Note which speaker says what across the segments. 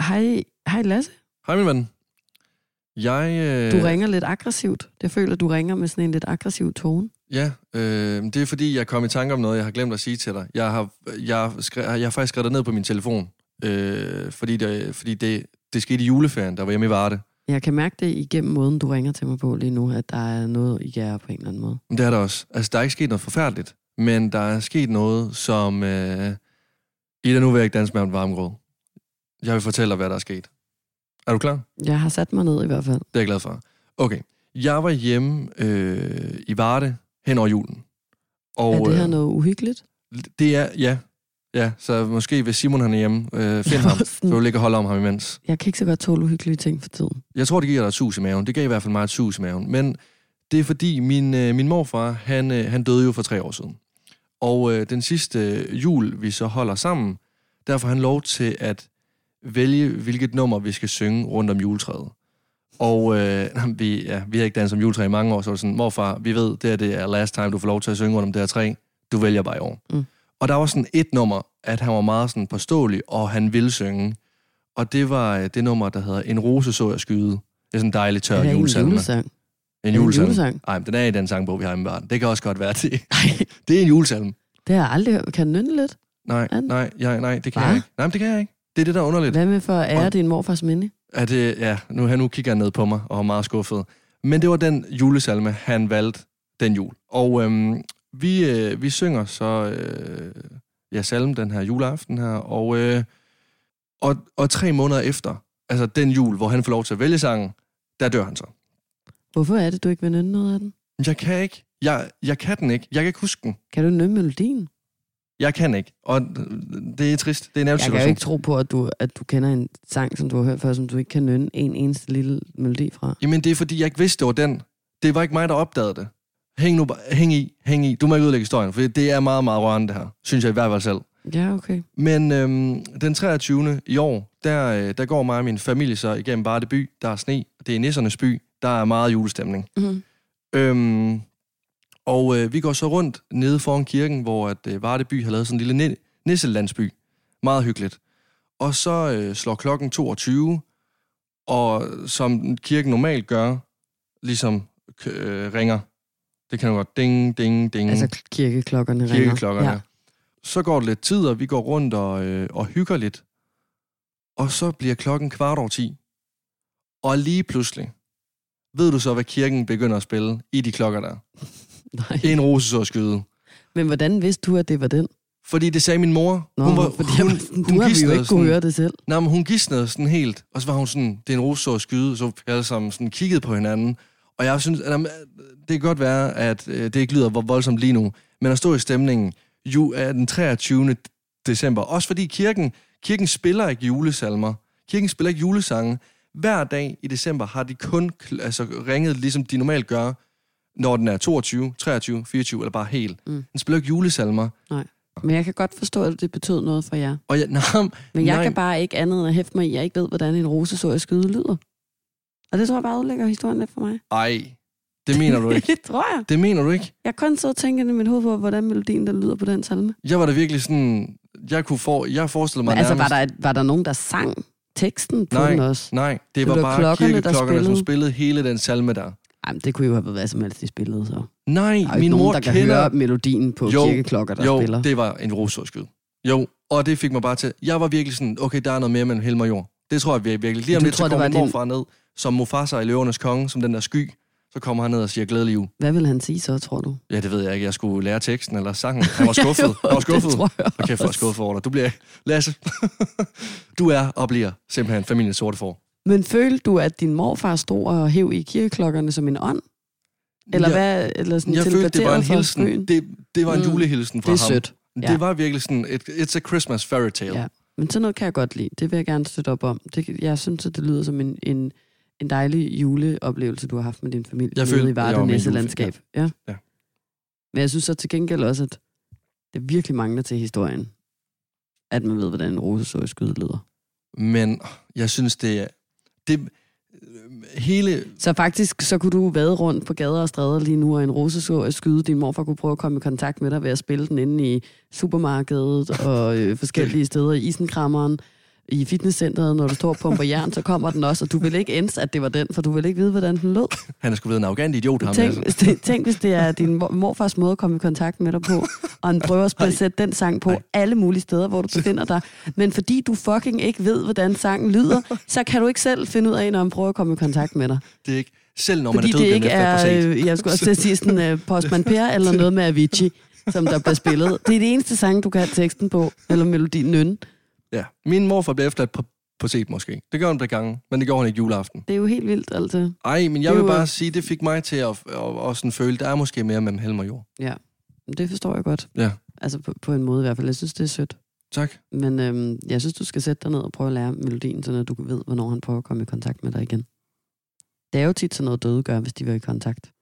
Speaker 1: Hej, hej Lasse.
Speaker 2: Hej min ven. Jeg, øh,
Speaker 1: Du ringer lidt aggressivt. Jeg føler, du ringer med sådan en lidt aggressiv tone.
Speaker 2: Ja, øh, det er fordi, jeg kom i tanke om noget, jeg har glemt at sige til dig. Jeg har, jeg, skre, jeg har faktisk skrevet det ned på min telefon, øh, fordi, det, fordi det, det skete i juleferien, der var hjemme i Varde.
Speaker 1: Jeg kan mærke det igennem måden, du ringer til mig på lige nu, at der er noget i jer på en eller anden måde.
Speaker 2: Men Det er der også. Altså, der er ikke sket noget forfærdeligt, men der er sket noget, som... Øh, Ida, nu vil jeg ikke danse med om varmgrød. Jeg vil fortælle dig, hvad der er sket. Er du klar?
Speaker 1: Jeg har sat mig ned i hvert fald.
Speaker 2: Det er jeg glad for. Okay. Jeg var hjemme øh, i Varde hen over julen. Og,
Speaker 1: er det her
Speaker 2: øh,
Speaker 1: noget uhyggeligt?
Speaker 2: Det er, ja. Ja, så måske hvis Simon han er hjemme, øh, find ham. Så vil du ligge og holde om ham imens.
Speaker 1: Jeg kan ikke så godt tåle uhyggelige ting for tiden.
Speaker 2: Jeg tror, det giver dig et sus i maven. Det gav i hvert fald mig et sus i maven. Men det er fordi, min, øh, min morfar, han, øh, han døde jo for tre år siden. Og øh, den sidste øh, jul, vi så holder sammen, der får han lov til at vælge, hvilket nummer vi skal synge rundt om juletræet. Og øh, vi, ja, vi har ikke danset om juletræ i mange år, så var det sådan, morfar, vi ved, det her det er last time, du får lov til at synge rundt om det her træ. Du vælger bare i år.
Speaker 1: Mm.
Speaker 2: Og der var sådan et nummer, at han var meget sådan påståelig, og han ville synge. Og det var øh, det nummer, der hedder En rose så jeg skyde. Det er sådan en dejlig tør
Speaker 1: er det en
Speaker 2: julesalme.
Speaker 1: julesang?
Speaker 2: En
Speaker 1: En
Speaker 2: julesang.
Speaker 1: julesang?
Speaker 2: Nej, men den er i den sangbog, vi har i barn. Det kan også godt være det. det er en julesalm.
Speaker 1: Det har jeg aldrig hørt. Kan den nynne lidt?
Speaker 2: Nej,
Speaker 1: Er den?
Speaker 2: nej, nej, nej, det kan
Speaker 1: Hva?
Speaker 2: jeg ikke. Nej, men det kan jeg ikke. Det er det, der er underligt.
Speaker 1: Hvad med for at ære
Speaker 2: Og-
Speaker 1: din morfars minde?
Speaker 2: Er det, ja, nu, han nu kigger han ned på mig og er meget skuffet. Men det var den julesalme, han valgte den jul. Og øhm, vi, øh, vi synger så øh, ja, salmen den her juleaften her, og, øh, og, og tre måneder efter, altså den jul, hvor han får lov til at vælge sangen, der dør han så.
Speaker 1: Hvorfor er det, du ikke vil nynne noget af den?
Speaker 2: Jeg kan ikke. Jeg, jeg kan den ikke. Jeg kan ikke huske den.
Speaker 1: Kan du nynne melodien?
Speaker 2: Jeg kan ikke. Og øh, det er trist. Det er
Speaker 1: Jeg
Speaker 2: en ærgerlig
Speaker 1: kan jo
Speaker 2: situation.
Speaker 1: ikke tro på, at du, at du kender en sang, som du har hørt før, som du ikke kan nynne en eneste lille melodi fra.
Speaker 2: Jamen, det er fordi, jeg ikke vidste, det var den. Det var ikke mig, der opdagede det. Hæng nu bare- hæng i, hæng i. Du må ikke ødelægge historien, for det er meget, meget rørende, det her. Synes jeg i hvert fald selv.
Speaker 1: Ja, okay.
Speaker 2: Men øhm, den 23. i år, der, øh, der går mig og min familie så igennem Varde by. Der er sne, det er nissernes by. Der er meget julestemning.
Speaker 1: Mm.
Speaker 2: Øhm, og øh, vi går så rundt nede foran kirken, hvor at, øh, Varde by har lavet sådan en lille ni- nisselandsby. Meget hyggeligt. Og så øh, slår klokken 22, og som kirken normalt gør, ligesom k- øh, ringer. Det kan jo godt ding, ding, ding.
Speaker 1: Altså kirkeklokkerne ringer.
Speaker 2: Kirkeklokkerne. Ja. Så går det lidt tid, og vi går rundt og, øh, og hygger lidt. Og så bliver klokken kvart over ti. Og lige pludselig, ved du så, hvad kirken begynder at spille i de klokker der?
Speaker 1: Nej.
Speaker 2: En rose så at skyde.
Speaker 1: Men hvordan vidste du, at det var den?
Speaker 2: Fordi det sagde min mor.
Speaker 1: Nå,
Speaker 2: hun var,
Speaker 1: fordi jeg var sådan, du har vi jo
Speaker 2: gisnede
Speaker 1: ikke kunne
Speaker 2: sådan-
Speaker 1: høre det selv.
Speaker 2: Nej, men hun gisnede sådan helt, og så var hun sådan, det er en rose så at skyde, så vi alle sammen sådan kiggede på hinanden. Og jeg synes, at, jamen, det kan godt være, at øh, det ikke lyder vo- voldsomt lige nu, men at stå i stemningen ju, er den 23. december, også fordi kirken, kirken spiller ikke julesalmer, kirken spiller ikke julesange. Hver dag i december har de kun kl- altså, ringet, ligesom de normalt gør, når den er 22, 23, 24 eller bare helt.
Speaker 1: Mm.
Speaker 2: Mm. Den spiller ikke julesalmer.
Speaker 1: Men jeg kan godt forstå, at det betød noget for jer.
Speaker 2: Og jeg, nej,
Speaker 1: Men jeg
Speaker 2: nej.
Speaker 1: Nej. kan bare ikke andet end at hæfte mig i, at jeg ikke ved, hvordan en rose så at skyde lyder. Og det tror jeg bare udlægger historien lidt for mig.
Speaker 2: Ej, det mener du ikke.
Speaker 1: det tror jeg.
Speaker 2: Det mener du ikke.
Speaker 1: Jeg kun så og tænkte i mit hoved på, hvordan melodien der lyder på den salme.
Speaker 2: Jeg var da virkelig sådan... Jeg kunne for... Jeg forestillede mig
Speaker 1: Men altså,
Speaker 2: nærmest...
Speaker 1: var der, et- var der nogen, der sang teksten på
Speaker 2: Nej.
Speaker 1: den også?
Speaker 2: Nej, det,
Speaker 1: Det
Speaker 2: var
Speaker 1: blev
Speaker 2: bare
Speaker 1: klokkerne,
Speaker 2: klokkerne,
Speaker 1: der
Speaker 2: kirkeklokkerne, der som
Speaker 1: spillede.
Speaker 2: spillede hele den salme der.
Speaker 1: Jamen, det kunne jo have været hvad som helst, de spillede så.
Speaker 2: Nej,
Speaker 1: Der er jo
Speaker 2: min
Speaker 1: ikke
Speaker 2: mor
Speaker 1: nogen, der kan
Speaker 2: kender...
Speaker 1: høre melodien på
Speaker 2: Jo,
Speaker 1: kirkeklokker, der
Speaker 2: jo,
Speaker 1: spiller.
Speaker 2: det var en rosorskyd. Jo, og det fik mig bare til... Jeg var virkelig sådan, okay, der er noget mere mellem himmel og jord. Det tror jeg vir- virkelig. Lige om
Speaker 1: Du
Speaker 2: lidt,
Speaker 1: tror,
Speaker 2: så
Speaker 1: det
Speaker 2: kommer
Speaker 1: var
Speaker 2: min
Speaker 1: din-
Speaker 2: morfar ned, som Mufasa i Løvernes Konge, som den der sky. Så kommer han ned og siger glædelig jul.
Speaker 1: Hvad vil han sige så, tror du?
Speaker 2: Ja, det ved jeg ikke. Jeg skulle lære teksten eller sangen. Han var skuffet. Han var skuffet.
Speaker 1: det tror jeg
Speaker 2: Og kæft, hvor er jeg skuffet over dig. Du bliver... Lasse, du er og bliver simpelthen familien sorte for.
Speaker 1: Men følte du, at din morfar stod og hæv i kirkeklokkerne som en ånd? Eller
Speaker 2: Jeg-
Speaker 1: hvad? Eller sådan
Speaker 2: Jeg følte, det var en
Speaker 1: teleporteret fra
Speaker 2: hilsen.
Speaker 1: skyen?
Speaker 2: Det, det var en
Speaker 1: Mm.
Speaker 2: mm. julehilsen fra
Speaker 1: det er
Speaker 2: ham.
Speaker 1: sødt. ja.
Speaker 2: Det var virkelig sådan, et, it's a Christmas fairy tale.
Speaker 1: Ja. Men sådan noget kan jeg godt lide. Det vil jeg gerne støtte op om. Det, kan- jeg synes, at det lyder som en, en, en dejlig juleoplevelse, du har haft med din familie.
Speaker 2: Jeg
Speaker 1: nede
Speaker 2: følte,
Speaker 1: i
Speaker 2: jeg var
Speaker 1: Varde
Speaker 2: med i
Speaker 1: Næsselandskab. Ja.
Speaker 2: Ja.
Speaker 1: Men jeg synes så til gengæld også, at det virkelig mangler til historien, at man ved, hvordan en rose så i skyde lyder.
Speaker 2: Men jeg synes, det er... Det, øh, hele...
Speaker 1: Så faktisk, så kunne du vade rundt på gader og stræder lige nu, og en rose så at skyde. Din morfar kunne prøve at komme i kontakt med dig ved at spille den inde i supermarkedet og øh, forskellige steder i isenkrammeren. I fitnesscenteret, når du står og pumper jern, så kommer den også, og du vil ikke ens, at det var den, for du vil ikke vide, hvordan den lød.
Speaker 2: Han er sgu blevet en arrogant idiot, ham.
Speaker 1: Tænk,
Speaker 2: altså.
Speaker 1: hvis det, tænk, hvis det er din mor- morfars måde at komme i kontakt med dig på, og han prøver at spille- sætte den sang på
Speaker 2: Ej.
Speaker 1: alle mulige steder, hvor du befinder dig. Men fordi du fucking ikke ved, hvordan sangen lyder, så kan du ikke selv finde ud af, når han prøver at komme i kontakt med dig.
Speaker 2: Det er ikke... Selv når man
Speaker 1: Fordi
Speaker 2: er
Speaker 1: det
Speaker 2: død, bliver man
Speaker 1: ikke er,
Speaker 2: efter et
Speaker 1: øh, jeg skulle også til at sige sådan øh, Postman Per eller noget med Avicii, som der bliver spillet. Det er det eneste sang, du kan teksten på, eller melodien nynne.
Speaker 2: Ja. Min morfar blev efterladt på, på set måske. Det gør han et par gange, men det gjorde han ikke juleaften.
Speaker 1: Det er jo helt vildt, altså.
Speaker 2: Ej, men jeg
Speaker 1: Det
Speaker 2: vil
Speaker 1: var-
Speaker 2: bare sige, det fik mig til at, at, at sådan føle, der er måske mere mellem helm og jord.
Speaker 1: Men Det forstår jeg godt.
Speaker 2: Ja.
Speaker 1: Altså på, på en måde i hvert fald. Jeg synes, det er sødt.
Speaker 2: Tak.
Speaker 1: Men øhm, jeg synes, du skal sætte dig ned og prøve at lære melodien, så du ved, hvornår han prøver at komme i kontakt med dig igen. Det er jo tit sådan noget døde gør, hvis de vil i kontakt.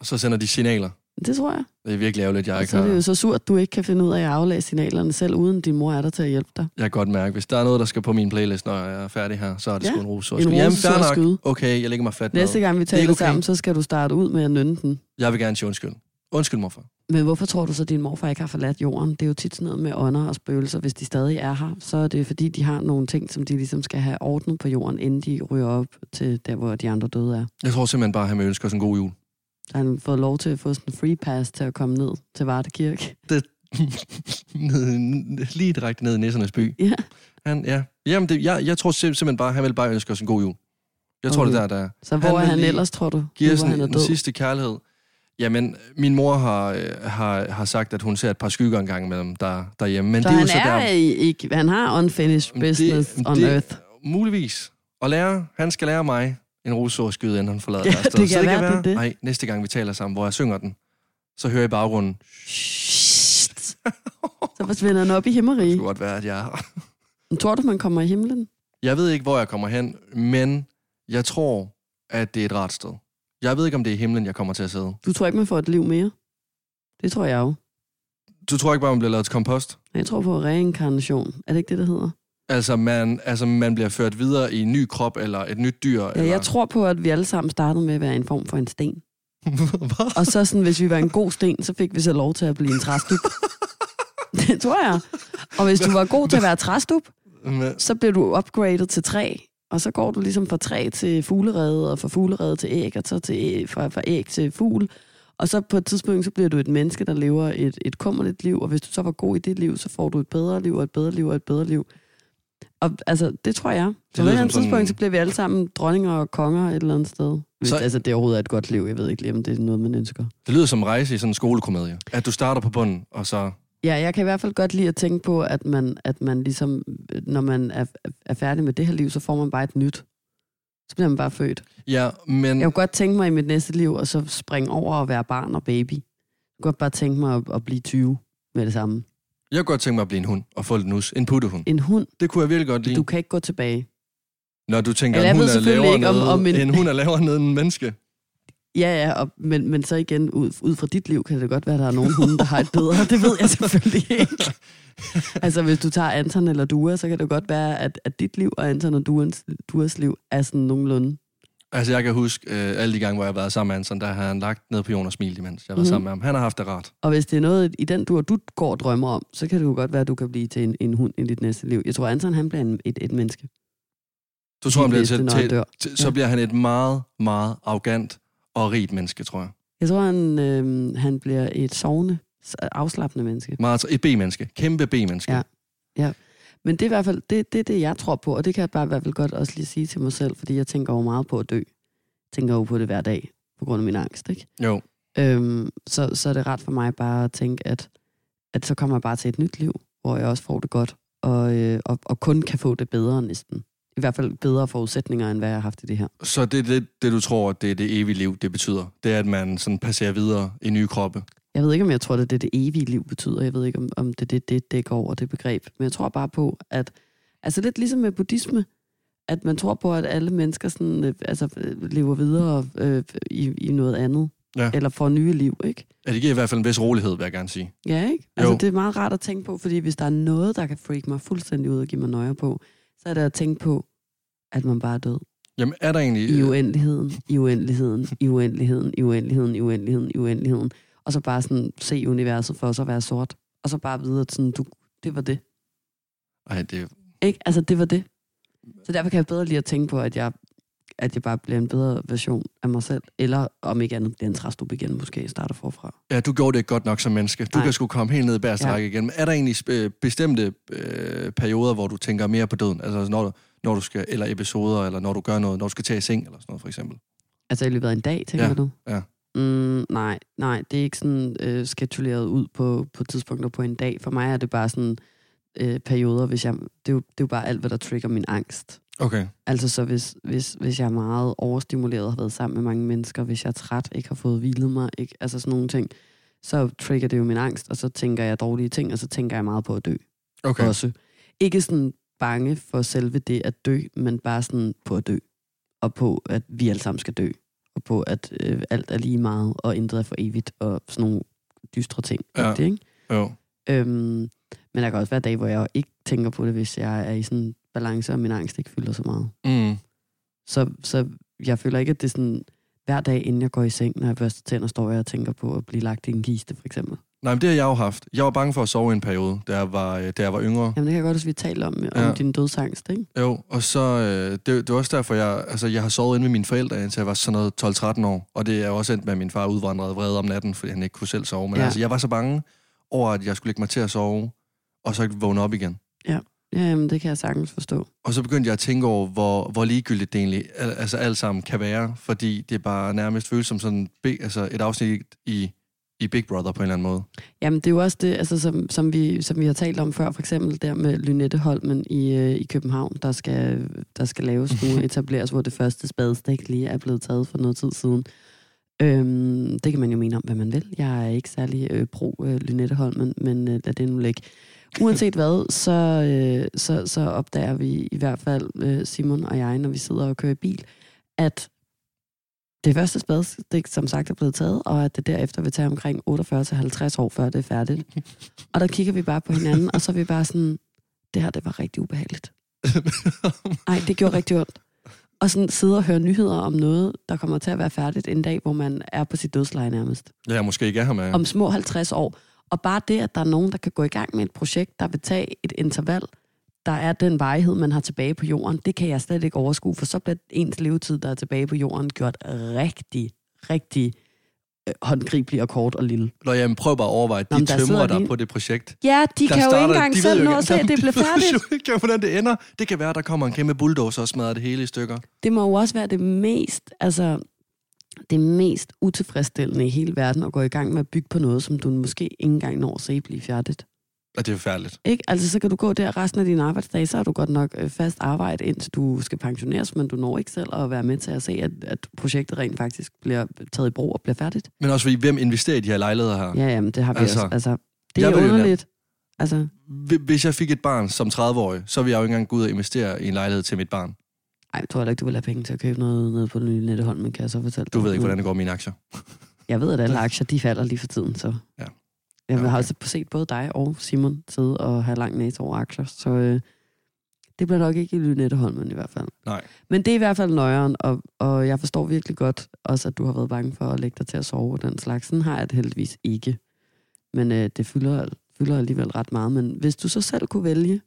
Speaker 2: Og så sender de signaler.
Speaker 1: Det tror jeg.
Speaker 2: Det er virkelig ærgerligt, jeg
Speaker 1: Og
Speaker 2: ikke
Speaker 1: så er det jo
Speaker 2: har...
Speaker 1: så surt, at du ikke kan finde ud af at aflæse signalerne selv, uden din mor er der til at hjælpe dig.
Speaker 2: Jeg kan godt mærke, hvis der er noget, der skal på min playlist, når jeg er færdig her, så er det
Speaker 1: Ja.
Speaker 2: sgu en rose.
Speaker 1: En
Speaker 2: Jamen,
Speaker 1: rosesort
Speaker 2: fair nok.
Speaker 1: skyde.
Speaker 2: Okay, jeg lægger mig fat
Speaker 1: Næste
Speaker 2: ned.
Speaker 1: gang vi
Speaker 2: er
Speaker 1: taler
Speaker 2: ikke okay.
Speaker 1: sammen, så skal du starte ud med at nynne den.
Speaker 2: Jeg vil gerne sige undskyld. Undskyld, morfar.
Speaker 1: Men hvorfor tror du så, at din morfar ikke har forladt jorden? Det er jo tit sådan noget med ånder og spøgelser. Hvis de stadig er her, så er det fordi, de har nogle ting, som de ligesom skal have ordnet på jorden, inden de ryger op til der, hvor de andre døde er.
Speaker 2: Jeg tror simpelthen bare, at han vil ønske os en god jul.
Speaker 1: Så han har fået lov til at få sådan en free pass til at komme ned til Varde Kirke.
Speaker 2: Ned- Lige direkte ned i Nissernes by.
Speaker 1: Ja.
Speaker 2: Han, ja. Jamen, det, jeg, jeg tror sim- simpelthen bare, han vil bare ønske os en god jul. Jeg tror,
Speaker 1: Okay.
Speaker 2: det er der, der er.
Speaker 1: Så hvor
Speaker 2: vil
Speaker 1: han er han
Speaker 2: lige
Speaker 1: ellers, tror du?
Speaker 2: Giv
Speaker 1: nu,
Speaker 2: os
Speaker 1: hvor
Speaker 2: en,
Speaker 1: han er
Speaker 2: en
Speaker 1: død.
Speaker 2: sidste kærlighed. Jamen, min mor har, øh, har, har sagt, at hun ser et par skygger en gang imellem der, derhjemme. Men
Speaker 1: Så
Speaker 2: det er
Speaker 1: han,
Speaker 2: jo så
Speaker 1: er
Speaker 2: der,
Speaker 1: ikke, han har unfinished
Speaker 2: Men det-
Speaker 1: business
Speaker 2: men
Speaker 1: on
Speaker 2: det-
Speaker 1: earth.
Speaker 2: muligvis. Og lærer, han skal lære mig en rosorskyde, inden han forlader
Speaker 1: Ja,
Speaker 2: deres
Speaker 1: det
Speaker 2: Så
Speaker 1: kan
Speaker 2: det kan
Speaker 1: være, det er
Speaker 2: være.
Speaker 1: det.
Speaker 2: Nej, næste gang vi taler sammen, hvor jeg synger den, så hører jeg i baggrunden. Det
Speaker 1: Shit. Så forsvinder han op i himmerige.
Speaker 2: kan godt være, at jeg er her.
Speaker 1: Men Tror du, man kommer i himlen?
Speaker 2: Jeg ved ikke, hvor jeg kommer hen, men jeg tror, at det er et rart sted. Jeg ved ikke, om det er i himlen, jeg kommer til at sidde.
Speaker 1: Du tror ikke, man får et liv mere? Det tror jeg jo.
Speaker 2: Du tror ikke bare, man bliver lavet til kompost?
Speaker 1: Jeg tror på reinkarnation. Er det ikke det, der hedder?
Speaker 2: Altså man, altså, man bliver ført videre i en ny krop, eller et nyt dyr?
Speaker 1: Ja,
Speaker 2: eller...
Speaker 1: jeg tror på, at vi alle sammen startede med at være en form for en sten.
Speaker 2: Hvad?
Speaker 1: Og så sådan, hvis vi var en god sten, så fik vi så lov til at blive en træstup. Det tror jeg. Og hvis du var god til at være træstup,
Speaker 2: Men-
Speaker 1: så blev du upgradet til træ. Og så går du ligesom fra træ til fuglerede, og fra fuglerede til æg, og så til æg, fra, fra æg til fugl. Og så på et tidspunkt, så bliver du et menneske, der lever et, et kummerligt liv, og hvis du så var god i det liv, så får du et bedre liv, og et bedre liv, og et bedre liv. Og altså, det tror jeg. På
Speaker 2: lyder
Speaker 1: et eller
Speaker 2: som
Speaker 1: andet tidspunkt,
Speaker 2: sådan-
Speaker 1: så bliver vi alle sammen dronninger og konger et eller andet sted. Hvis
Speaker 2: Så-
Speaker 1: så... altså, det overhovedet er et godt liv, jeg ved ikke lige, om det er noget, man ønsker.
Speaker 2: Det lyder som en rejse i sådan en skolekomedie. At du starter på bunden, og så...
Speaker 1: Ja, jeg kan i hvert fald godt lide at tænke på, at man, at man ligesom, øh, når man er, er færdig med det her liv, så får man bare et nyt. Så bliver man bare født.
Speaker 2: Ja, men...
Speaker 1: Jeg kunne godt tænke mig i mit næste liv, at så springe over og være barn og baby. Jeg kunne godt bare tænke mig at, at blive 20 med det samme.
Speaker 2: Jeg kunne godt tænke mig at blive en hund og få lidt nus. En puttehund.
Speaker 1: En hund,
Speaker 2: Det kunne jeg virkelig godt lide.
Speaker 1: du
Speaker 2: Du...
Speaker 1: kan ikke gå tilbage.
Speaker 2: Når du tænker,
Speaker 1: Eller jeg
Speaker 2: en hund
Speaker 1: ved
Speaker 2: er
Speaker 1: selvfølgelig
Speaker 2: lavere
Speaker 1: ikke, om-
Speaker 2: noget,
Speaker 1: om en-
Speaker 2: en... hund er lavere noget end en menneske.
Speaker 1: Ja, ja, og, men, men så igen, ud, ud fra dit liv, kan det godt være, at der er nogen hunde, der har et bedre. Det ved jeg selvfølgelig ikke. Altså, hvis du tager Anton eller Dua, så kan det godt være, at, at dit liv og Anton og Duas, Duas liv er sådan nogenlunde.
Speaker 2: Altså, jeg kan huske øh, alle de gange, hvor jeg har været sammen med Anson, der har han lagt ned på jorden og smilt imens. Jeg har været
Speaker 1: Mhm.
Speaker 2: mm. sammen med ham. Han har haft det rart.
Speaker 1: Og hvis det er noget i den dur, du går og drømmer om, så kan det jo godt være, at du kan blive til en, en hund i dit næste liv. Jeg tror, Anton han bliver en, et, et menneske.
Speaker 2: Du tror, han bliver
Speaker 1: Hvis det er,
Speaker 2: til,
Speaker 1: når han
Speaker 2: til,
Speaker 1: dør.
Speaker 2: til, så
Speaker 1: Ja.
Speaker 2: bliver han et meget, meget arrogant og rigt menneske, tror jeg.
Speaker 1: Jeg tror, han, øh, han bliver et sovende, s- afslappende menneske.
Speaker 2: Meget, et B-menneske. Kæmpe B-menneske.
Speaker 1: Ja. Men det er i hvert fald det, det, er det, jeg tror på, og det kan jeg bare i hvert fald godt også lige sige til mig selv, fordi jeg tænker jo meget på at dø. Jeg tænker jo på det hver dag, på grund af min angst. Ikke?
Speaker 2: Jo.
Speaker 1: Øhm, så, så er det ret for mig bare at tænke, at, at så kommer jeg bare til et nyt liv, hvor jeg også får det godt, og, øh, og, og kun kan få det bedre næsten. I hvert fald bedre forudsætninger, end hvad jeg har haft i det her.
Speaker 2: Så det, det, det, du tror, at det er det evige liv, det betyder, det er, at man sådan passerer videre i nye kroppe.
Speaker 1: Jeg ved ikke, om jeg tror, det er det, det evige liv betyder. Jeg ved ikke, om, om det er det, det dækker over det begreb. Men jeg tror bare på, at... Altså lidt ligesom med buddhisme, at man tror på, at alle mennesker sådan, øh, altså, øh, lever videre øh, i, i noget andet.
Speaker 2: Ja.
Speaker 1: Eller får nye liv, ikke?
Speaker 2: Ja, det giver i hvert fald en vis rolighed, vil jeg gerne sige.
Speaker 1: Ja, ikke? Altså,
Speaker 2: Jo.
Speaker 1: det er meget rart at tænke på, fordi hvis der er noget, der kan freak mig fuldstændig ud og give mig nøjer på, så er det at tænke på, at man bare er død.
Speaker 2: Jamen, er der egentlig...
Speaker 1: i uendeligheden, i uendeligheden, i uendeligheden, i uendeligheden, i uendeligheden, i uendeligheden. Og så bare sådan se universet for os at være sort. Og så bare vide, at sådan, du, det var det.
Speaker 2: Ej, det,
Speaker 1: Ikke? Altså, det var det. Så derfor kan jeg bedre lige at tænke på, at jeg, at jeg bare bliver en bedre version af mig selv. Eller om ikke andet, bliver en træstup igen måske, starter forfra.
Speaker 2: ja, du gjorde det ikke godt nok som menneske. Du
Speaker 1: Nej.
Speaker 2: kan sgu komme helt ned i bagerste
Speaker 1: Ja.
Speaker 2: række igen. Men er der egentlig øh, bestemte øh, perioder, hvor du tænker mere på døden? Altså, når du, når du skal... Eller episoder, eller når du gør noget, når du skal tage i seng, eller sådan noget, for eksempel.
Speaker 1: Altså i løbet af en dag, tænker
Speaker 2: Ja,
Speaker 1: du?
Speaker 2: ja.
Speaker 1: Mm, nej, nej, det er ikke sådan øh, skatuleret ud på, på tidspunkter på en dag. For mig er det bare sådan øh, perioder, hvis jeg... Det er, jo, det er jo bare alt, hvad der trigger min angst.
Speaker 2: Okay.
Speaker 1: Altså så hvis, hvis, hvis jeg er meget overstimuleret, har været sammen med mange mennesker, hvis jeg er træt, ikke har fået hvilet mig, ikke, altså sådan nogle ting, så trigger det jo min angst, og så tænker jeg dårlige ting, og så tænker jeg meget på at dø okay.
Speaker 2: Okay.
Speaker 1: også. Ikke sådan bange for selve det at dø, men bare sådan på at dø, og på at vi alle sammen skal dø, og på at øh, alt er lige meget, og intet er for evigt, og sådan nogle dystre ting.
Speaker 2: Ja.
Speaker 1: Det, ikke?
Speaker 2: Jo.
Speaker 1: Øhm, men der kan også være dage, hvor jeg ikke tænker på det, hvis jeg er i sådan en balance, og min angst ikke fylder så meget.
Speaker 2: Mm.
Speaker 1: Så, så jeg føler ikke, at det er sådan, hver dag, inden jeg går i seng, når jeg børster tænder, står jeg og tænker på at blive lagt i en kiste, for eksempel.
Speaker 2: Nej, men det har jeg jo haft. Jeg var bange for at sove i en periode, da jeg var, øh, da jeg var yngre.
Speaker 1: Jamen, det kan jeg godt huske, vi talte om, om
Speaker 2: Ja.
Speaker 1: din dødsangst, ikke?
Speaker 2: Jo, og så... Øh, det, det var også derfor, jeg, altså, jeg har sovet inde med mine forældre, indtil jeg var sådan noget 12-13 år. Og det er jo også endt med, at min far udvandrede vred om natten, fordi han ikke kunne selv sove. Men
Speaker 1: Ja.
Speaker 2: ja. altså, jeg var så bange over, at jeg skulle lægge mig til at sove, og så vågne op igen.
Speaker 1: Ja, jamen, det kan jeg sagtens forstå.
Speaker 2: Og så begyndte jeg at tænke over, hvor, hvor ligegyldigt det egentlig al, altså alt sammen kan være, fordi det bare nærmest føles som sådan big, altså et afsnit i, i Big Brother på en eller anden måde.
Speaker 1: Jamen, det er jo også det, altså, som, som, vi, som vi har talt om før, for eksempel der med Lynette Holmen i, øh, i København, der skal, der skal laves nu og etableres, hvor det første spadestik lige er blevet taget for noget tid siden. Øhm, det kan man jo mene om, hvad man vil. Jeg er ikke særlig øh, pro øh, Lynette Holmen, men øh, lad det nu ligge. Uanset hvad, så, øh, så, så opdager vi i hvert fald, øh, Simon og jeg, når vi sidder og kører i bil, at det første spadestik, som sagt, er blevet taget, og at det derefter vil tage omkring 48-50 år, før det er færdigt. Og der kigger vi bare på hinanden, og så er vi bare sådan, det her, det var rigtig ubehageligt. Nej, det gjorde rigtig ondt. Og sådan sidde og høre nyheder om noget, der kommer til at være færdigt en dag, hvor man er på sit dødsleje nærmest.
Speaker 2: Ja, jeg måske ikke er her med.
Speaker 1: Om små 50 år. Og bare det, at der er nogen, der kan gå i gang med et projekt, der vil tage et interval, der er den varighed, man har tilbage på jorden, det kan jeg slet ikke overskue, for så bliver ens levetid, der er tilbage på jorden, gjort rigtig, rigtig øh, håndgribelig og kort og lille.
Speaker 2: Nå, jamen, prøv bare at overveje, de
Speaker 1: Nå, men der
Speaker 2: tømrer
Speaker 1: sidder
Speaker 2: dig
Speaker 1: lige-
Speaker 2: på det projekt. De
Speaker 1: Ja, de kan jo ikke engang selv nå at se, at det blev
Speaker 2: De
Speaker 1: færdigt.
Speaker 2: ved jo ikke, hvordan det ender. Det kan være, at der kommer en kæmpe bulldozer og smadrer det hele i stykker.
Speaker 1: det må jo også være det mest, altså det mest utilfredsstillende i hele verden at gå i gang med at bygge på noget, som du måske ikke engang når at se blive færdigt.
Speaker 2: Og det er forfærdeligt.
Speaker 1: Ikke? Altså, så kan du gå der resten af din arbejdsdag, så har du godt nok øh, fast arbejde, indtil du skal pensioneres, men du når ikke selv at være med til at se, at, at projektet rent faktisk bliver taget i brug og bliver færdigt.
Speaker 2: Men også fordi, hvem investerer i de her lejligheder her?
Speaker 1: Ja, jamen, det har vi altså,
Speaker 2: Altså,
Speaker 1: også. Altså, det
Speaker 2: jeg
Speaker 1: er
Speaker 2: ved jo,
Speaker 1: underligt. Altså,
Speaker 2: Hvi- Hvis jeg fik et barn som 30-årig, så ville jeg jo ikke engang gå ud og investere i en lejlighed til mit barn.
Speaker 1: ej, jeg tror heller ikke, du vil have penge til at købe noget nede på den nye Netteholm, men kan jeg så fortælle
Speaker 2: Du
Speaker 1: dig. Mm.
Speaker 2: ved ikke,
Speaker 1: Men-
Speaker 2: hvordan det går med mine aktier.
Speaker 1: Jeg ved, at alle aktier, de falder lige for tiden, så...
Speaker 2: Ja.
Speaker 1: Jeg
Speaker 2: Ja,
Speaker 1: har
Speaker 2: okay.
Speaker 1: også set både dig og Simon sidde og have lang næse over aktier, så øh, det bliver nok ikke i Lynette Holmen i hvert fald.
Speaker 2: Nej.
Speaker 1: Men det er i hvert fald nøjeren, og, og jeg forstår virkelig godt også, at du har været bange for at lægge dig til at sove og den slags. Sådan har jeg det heldigvis ikke. Men øh, det fylder, fylder alligevel ret meget. Men hvis du så selv kunne vælge,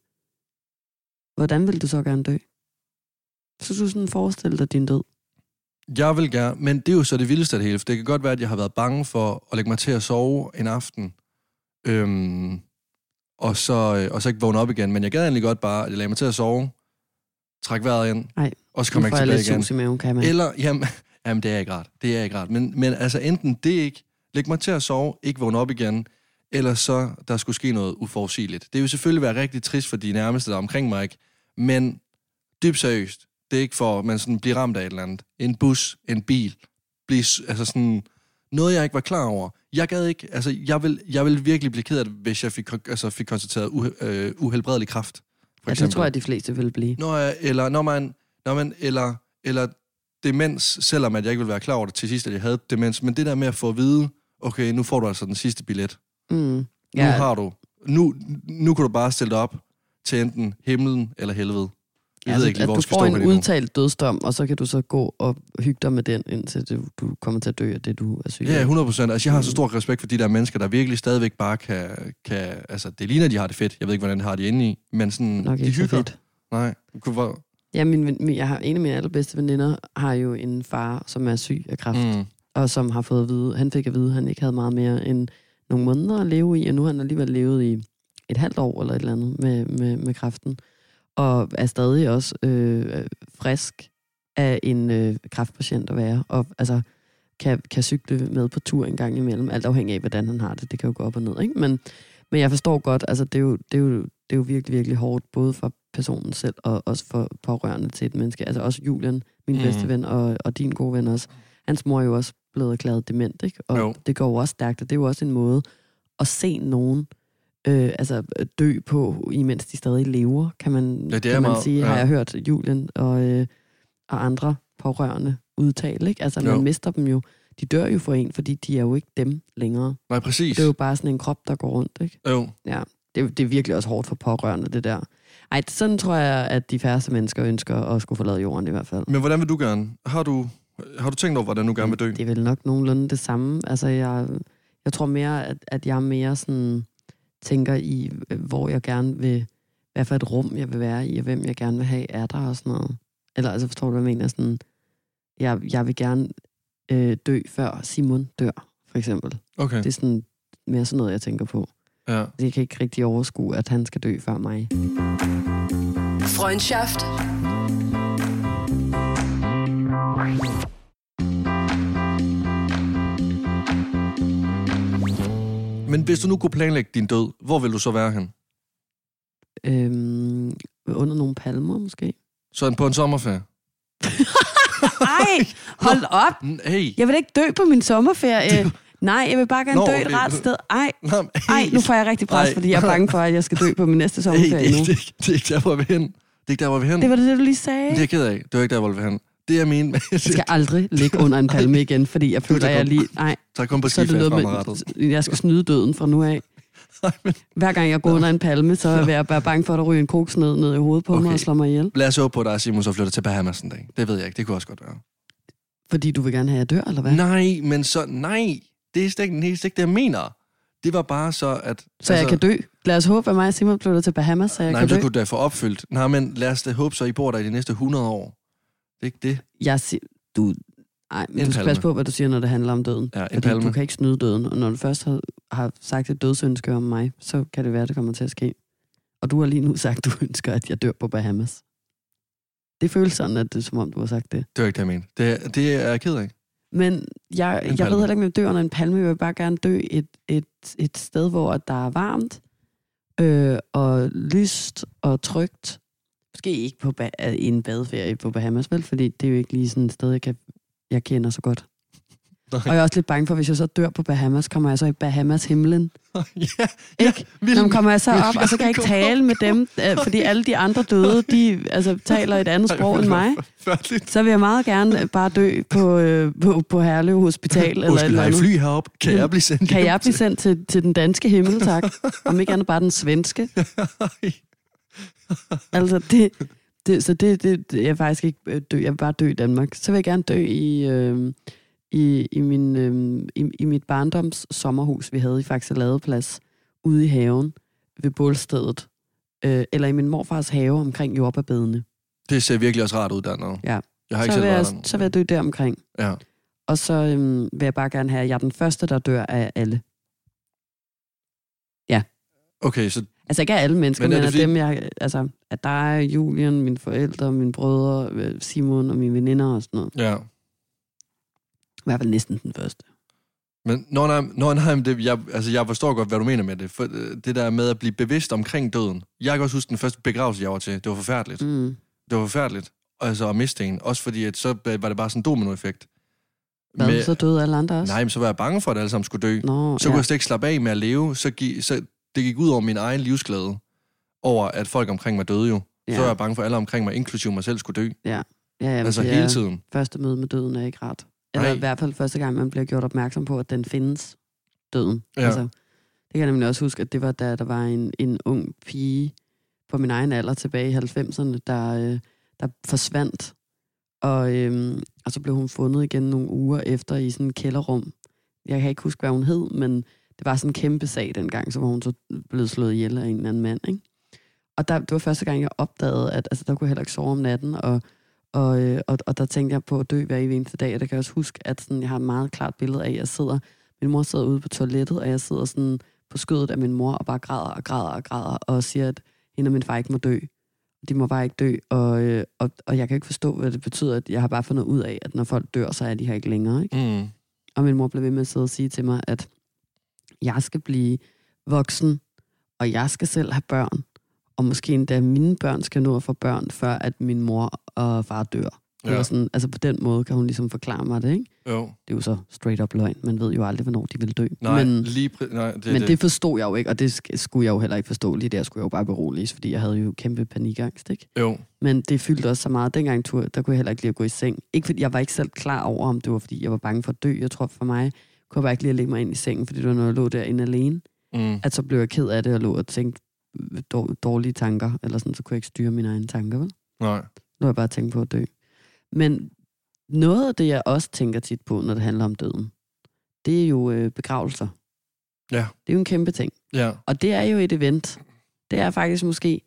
Speaker 1: hvordan ville du så gerne dø? Så du sådan forestille dig din død.
Speaker 2: Jeg vil gerne, men det er jo så det vildeste af det hele, for det kan godt være, at jeg har været bange for at lægge mig til at sove en aften, øhm, og, så, øh, og så ikke vågne op igen. Men jeg gad egentlig godt bare, at jeg lagde mig til at sove, træk vejret ind,
Speaker 1: Ej,
Speaker 2: og så
Speaker 1: Nu
Speaker 2: kom jeg
Speaker 1: får
Speaker 2: ikke
Speaker 1: jeg
Speaker 2: tilbage
Speaker 1: lidt
Speaker 2: igen.
Speaker 1: sus i maven, kan man.
Speaker 2: Eller, jamen, jamen, det er ikke rart. Det er ikke rart. Men, men altså enten det ikke, læg mig til at sove, ikke vågne op igen, eller så der skulle ske noget uforudsigeligt. Det vil selvfølgelig være rigtig trist for de nærmeste, der er omkring mig, ikke? men dybt seriøst, det er ikke for, at man sådan bliver ramt af et eller andet. En bus, en bil, blive, s- altså sådan, noget jeg ikke var klar over. Jeg gad ikke, altså jeg vil, jeg vil virkelig blive ked af det, hvis jeg fik, kon- altså, fik konstateret uhe, øh, uhelbredelig kraft. For
Speaker 1: Ja, det tror jeg, de fleste vil blive.
Speaker 2: Nå, ja, eller, når man, når man, eller, eller demens, selvom at jeg ikke ville være klar over det til sidst, at jeg havde demens, men det der med at få at vide, okay, nu får du altså den sidste billet.
Speaker 1: Mm.
Speaker 2: Ja. Nu
Speaker 1: Ja,
Speaker 2: har du. Nu, nu kan du bare stille dig op til enten himlen eller helvede. Jeg ved ikke
Speaker 1: Altså,
Speaker 2: lige,
Speaker 1: at
Speaker 2: hvor
Speaker 1: du
Speaker 2: vi skal
Speaker 1: får
Speaker 2: stå på
Speaker 1: en
Speaker 2: det nu.
Speaker 1: udtalt dødsdom, og så kan du så gå og hygge dig med den, indtil du, du kommer til at dø af det, Mm. du er syg af.
Speaker 2: Ja, 100 procent. Altså, jeg har så stor respekt for de der mennesker, der virkelig stadigvæk bare kan... kan altså, det ligner, de har det fedt. Jeg ved ikke, hvordan de har det inde i, men sådan,
Speaker 1: Nok
Speaker 2: de
Speaker 1: ikke så
Speaker 2: hygger.
Speaker 1: fedt.
Speaker 2: Nej. Kunne- hvor-
Speaker 1: Ja, min, ven- min, jeg har, en af mine allerbedste veninder har jo en far, som er syg af kræft, mm.
Speaker 2: Mm.
Speaker 1: og som har fået at vide, han fik at vide, at han ikke havde meget mere end nogle måneder at leve i, og nu har han alligevel levet i et halvt år eller et eller andet med, med, med kræften, og er stadig også øh, frisk af en øh, kræftpatient at være, og altså kan, kan cykle med på tur en gang imellem, alt afhængig af, hvordan han har det. Det kan jo gå op og ned, ikke? Men, men jeg forstår godt, altså det er, jo, det, er jo, det er jo virkelig, virkelig hårdt, både for personen selv og også for pårørende til et menneske. Altså også Julian, min
Speaker 2: Mhm.
Speaker 1: mm. bedste ven, og, og din gode ven også. Hans mor er jo også blevet erklæret dement, ikke? Og
Speaker 2: Jo.
Speaker 1: det går jo også stærkt, og det er jo også en måde at se nogen øh, altså dø på, imens de stadig lever, kan man,
Speaker 2: Ja, det er
Speaker 1: kan man
Speaker 2: meget-
Speaker 1: sige, ja. har
Speaker 2: ja.
Speaker 1: jeg hørt Julian og, øh, og andre pårørende udtale. Ikke? Altså, man
Speaker 2: Jo.
Speaker 1: mister dem jo. De dør jo for en, fordi de er jo ikke dem længere.
Speaker 2: Nej, præcis.
Speaker 1: Det er jo bare sådan en krop, der går rundt. Ikke?
Speaker 2: Jo.
Speaker 1: Det, det er virkelig også hårdt for pårørende, det der. Ej, sådan tror jeg, at de færreste mennesker ønsker at skulle forlade jorden i hvert fald.
Speaker 2: Men hvordan vil du gerne? Har du, har du tænkt over, hvordan du gerne vil dø?
Speaker 1: Det er vel nok nogenlunde det samme. Altså, jeg, jeg tror mere, at, at jeg mere sådan tænker i, øh, hvor jeg gerne vil, hvad for et rum jeg vil være i, og hvem jeg gerne vil have er der og sådan noget. Eller altså, forstår du, hvad jeg mener? Sådan, jeg, jeg vil gerne øh, dø, før Simon dør, for eksempel.
Speaker 2: Okay,
Speaker 1: Det er sådan mere sådan noget, jeg tænker på.
Speaker 2: ja.
Speaker 1: Jeg kan ikke rigtig overskue, at han skal dø før mig.
Speaker 3: Freundschaft.
Speaker 2: Men hvis du nu kunne planlægge din død, hvor vil du så være hen?
Speaker 1: Øhm, under nogle palmer, måske.
Speaker 2: Sådan på en sommerferie?
Speaker 1: Ej, hold op!
Speaker 2: Mm, Hey!
Speaker 1: Jeg vil ikke dø på min sommerferie. Nej, jeg vil bare gerne
Speaker 2: Nå,
Speaker 1: dø et
Speaker 2: okay.
Speaker 1: rart sted. Ej,
Speaker 2: Nå, men hey.
Speaker 1: ej, nu får jeg rigtig pres,
Speaker 2: Ej.
Speaker 1: fordi jeg er bange for, at jeg skal dø på min næste
Speaker 2: hey, det, er
Speaker 1: sommerferie nu.
Speaker 2: ikke, det, er ikke- det er ikke der, hvor jeg vil hen. Det er ikke der, hvor jeg vil hen.
Speaker 1: Det var det, du lige sagde.
Speaker 2: det er jeg ked af. Det var ikke der, hvor jeg vil hen. Det er min...
Speaker 1: Jeg skal aldrig ligge under en palme igen, fordi jeg føler,
Speaker 2: det
Speaker 1: at jeg
Speaker 2: godt.
Speaker 1: lige... Nej,
Speaker 2: Så jeg kom på
Speaker 1: så er det
Speaker 2: skiferie
Speaker 1: noget
Speaker 2: fremadrettet.
Speaker 1: med, jeg skal snyde døden fra nu af. Hver gang jeg går under en palme, så vil jeg være bange for, at der ryger en koks ned, ned i hovedet på okay. mig
Speaker 2: Okay.
Speaker 1: og slår mig ihjel.
Speaker 2: Lad os håbe på, at der er Simon, så flytter til Bahamas en dag. Det ved jeg ikke. Det kunne også godt være.
Speaker 1: Fordi du vil gerne have, at jeg dør, eller hvad?
Speaker 2: Nej, men så... Nej! Det er slet ikke, det, er slet ikke det jeg mener. Det var bare så, at... altså-
Speaker 1: Så jeg kan dø. Lad os håbe, at mig og Simon flytter til Bahamas, så jeg
Speaker 2: nej,
Speaker 1: kan
Speaker 2: men
Speaker 1: dø.
Speaker 2: så kunne du da få opfyldt. Nej, men lad os da håbe, så I bor der i de næste 100 år. Det er ikke det.
Speaker 1: Jeg siger, du... Ej, men
Speaker 2: En
Speaker 1: du skal
Speaker 2: palme.
Speaker 1: passe på, hvad du siger, når det handler om døden.
Speaker 2: Ja, en
Speaker 1: fordi
Speaker 2: palme.
Speaker 1: du kan ikke snyde døden. Og når du først har, har sagt et dødsønske om mig, så kan det være, det kommer til at ske. Og du har lige nu sagt, du ønsker, at jeg dør på Bahamas. Det føles sådan, at det er, som om, du har sagt det.
Speaker 2: Det var ikke det, jeg mente. Det, det er jeg ked af.
Speaker 1: Men jeg, jeg ved
Speaker 2: palme.
Speaker 1: heller ikke, om jeg dør under en palme. Jeg vil bare gerne dø et, et, et sted, hvor at der er varmt, øh, og lyst og trygt. Måske ikke på ba- øh, en badeferie på Bahamas, vel? Fordi det er jo ikke lige sådan et sted, jeg, kan, jeg kender så godt.
Speaker 2: Nej.
Speaker 1: Og jeg er også lidt bange for, hvis jeg så dør på Bahamas, kommer jeg så i Bahamas himlen.
Speaker 2: ja,
Speaker 1: Ikke?
Speaker 2: vildt.
Speaker 1: Nå, men kommer jeg så
Speaker 2: Vil-
Speaker 1: op, og så kan jeg ikke tale med dem, øh, fordi alle de andre døde, de altså, taler et andet sprog end mig.
Speaker 2: Færdeligt.
Speaker 1: Så vil jeg meget gerne øh, bare dø på, øh, på, på Herlev Hospital. Eller et
Speaker 2: Undskyld,
Speaker 1: eller
Speaker 2: har I
Speaker 1: andet. Mm.
Speaker 2: fly herop? Kan jeg blive sendt
Speaker 1: Kan
Speaker 2: hjem
Speaker 1: jeg blive
Speaker 2: til-
Speaker 1: sendt til, til den danske himmel, tak? Om ikke andet bare den svenske. Altså, det, det, så det, det, det- jeg vil faktisk ikke øh, dø. Jeg vil bare dø i Danmark. Så vil jeg gerne dø i, øh, i, i, min, øh, i, i mit barndoms sommerhus, vi havde i Faxe Ladeplads, ude i haven ved bålstedet. Øh, eller i min morfars have omkring jordbærbedene.
Speaker 2: Det ser virkelig også rart ud dernede.
Speaker 1: Ja.
Speaker 2: Jeg har ikke
Speaker 1: Så vil
Speaker 2: selv
Speaker 1: jeg,
Speaker 2: været der.
Speaker 1: så vil jeg dø der omkring.
Speaker 2: Ja.
Speaker 1: Og så øhm, vil jeg bare gerne have, at jeg er den første, der dør af alle.
Speaker 2: Okay, så
Speaker 1: Altså ikke af alle mennesker,
Speaker 2: Men
Speaker 1: men,
Speaker 2: er
Speaker 1: men
Speaker 2: det
Speaker 1: af
Speaker 2: fordi-
Speaker 1: dem, jeg... Altså, af dig, Julian, mine forældre, mine brødre, øh, Simon og mine veninder og sådan noget.
Speaker 2: ja.
Speaker 1: I hvert fald næsten den første.
Speaker 2: Men når nej, når nej, men det, jeg, altså, jeg forstår godt, hvad du mener med det. For, øh, det der med at blive bevidst omkring døden. Jeg kan også huske den første begravelse, jeg var til. Det var forfærdeligt. Mm.
Speaker 1: Mm.
Speaker 2: Det var forfærdeligt. Altså at miste en. Også fordi, at så øh, var det bare sådan en dominoeffekt.
Speaker 1: Hvad, så døde alle andre også?
Speaker 2: Nej, men så var jeg bange for, at alle sammen skulle dø.
Speaker 1: Nå,
Speaker 2: Så
Speaker 1: ja.
Speaker 2: kunne jeg slet ikke slappe af med at leve. Så, gi- så det gik ud over min egen livsglæde. Over, at folk omkring mig døde jo. Ja. Så
Speaker 1: Ja.
Speaker 2: var jeg bange for, at alle omkring mig, inklusive mig selv, skulle dø.
Speaker 1: ja, jamen,
Speaker 2: altså
Speaker 1: det er-
Speaker 2: hele tiden.
Speaker 1: Første møde med døden er ikke rart. Eller
Speaker 2: Nej.
Speaker 1: Nej. i hvert fald første gang, man bliver gjort opmærksom på, at den findes, døden.
Speaker 2: Ja.
Speaker 1: Altså, det kan jeg nemlig også huske, at det var da der var en, en ung pige på min egen alder tilbage i 90'erne, der, øh, der forsvandt. Og, øhm, og så blev hun fundet igen nogle uger efter i sådan en kælderrum. Jeg kan ikke huske, hvad hun hed, men det var sådan en kæmpe sag dengang, så var hun så blevet slået ihjel af en eller anden mand. Ikke? Og der, det var første gang, jeg opdagede, at altså, der kunne jeg heller ikke sove om natten, og, og, øh, og, og der tænkte jeg på at dø hver evig eneste dag, og der kan jeg også huske, at sådan, jeg har et meget klart billede af, at jeg sidder, min mor sidder ude på toilettet, og jeg sidder sådan på skødet af min mor, og bare græder og græder og græder, og siger, at hende og min far ikke må dø. De må bare ikke dø, og, øh, og, og jeg kan ikke forstå, hvad det betyder, at jeg har bare fundet ud af, at når folk dør, så er de her ikke længere. Ikke?
Speaker 2: Mm.
Speaker 1: Og min mor blev ved med at sidde og sige til mig, at jeg skal blive voksen, og jeg skal selv have børn. Og måske endda mine børn skal nå at få børn, før at min mor og far dør. Ja.
Speaker 2: Ja.
Speaker 1: Eller sådan, altså på den måde kan hun ligesom forklare mig det, ikke?
Speaker 2: Jo.
Speaker 1: Det er jo så straight up løgn. Man ved jo aldrig, hvornår de vil dø.
Speaker 2: Nej,
Speaker 1: men,
Speaker 2: men, lige præ- nej, det, er
Speaker 1: men det forstod jeg jo ikke, og det sk- skulle jeg jo heller ikke forstå. Lige der skulle jeg jo bare beroliges, fordi jeg havde jo kæmpe panikangst, ikke?
Speaker 2: Jo,
Speaker 1: Men det fyldte også så meget. Dengang tur, der kunne jeg heller ikke lige at gå i seng. Ikke fordi, jeg var ikke selv klar over, om det var, fordi jeg var bange for at dø. Jeg tror for mig, kunne jeg bare ikke lige at lægge mig ind i sengen, fordi det var, når jeg lå derinde alene.
Speaker 2: mm.
Speaker 1: At så blev jeg ked af det og lå og tænkte øh, dår- dårlige tanker, eller sådan, så kunne jeg ikke styre mine egne tanker, vel?
Speaker 2: nej.
Speaker 1: Nu jeg bare tænkt på at dø. Men noget af det, jeg også tænker tit på, når det handler om døden, det er jo øh, begravelser.
Speaker 2: Ja.
Speaker 1: Det er jo en kæmpe ting.
Speaker 2: Ja,
Speaker 1: Og det er jo et event. Det er faktisk måske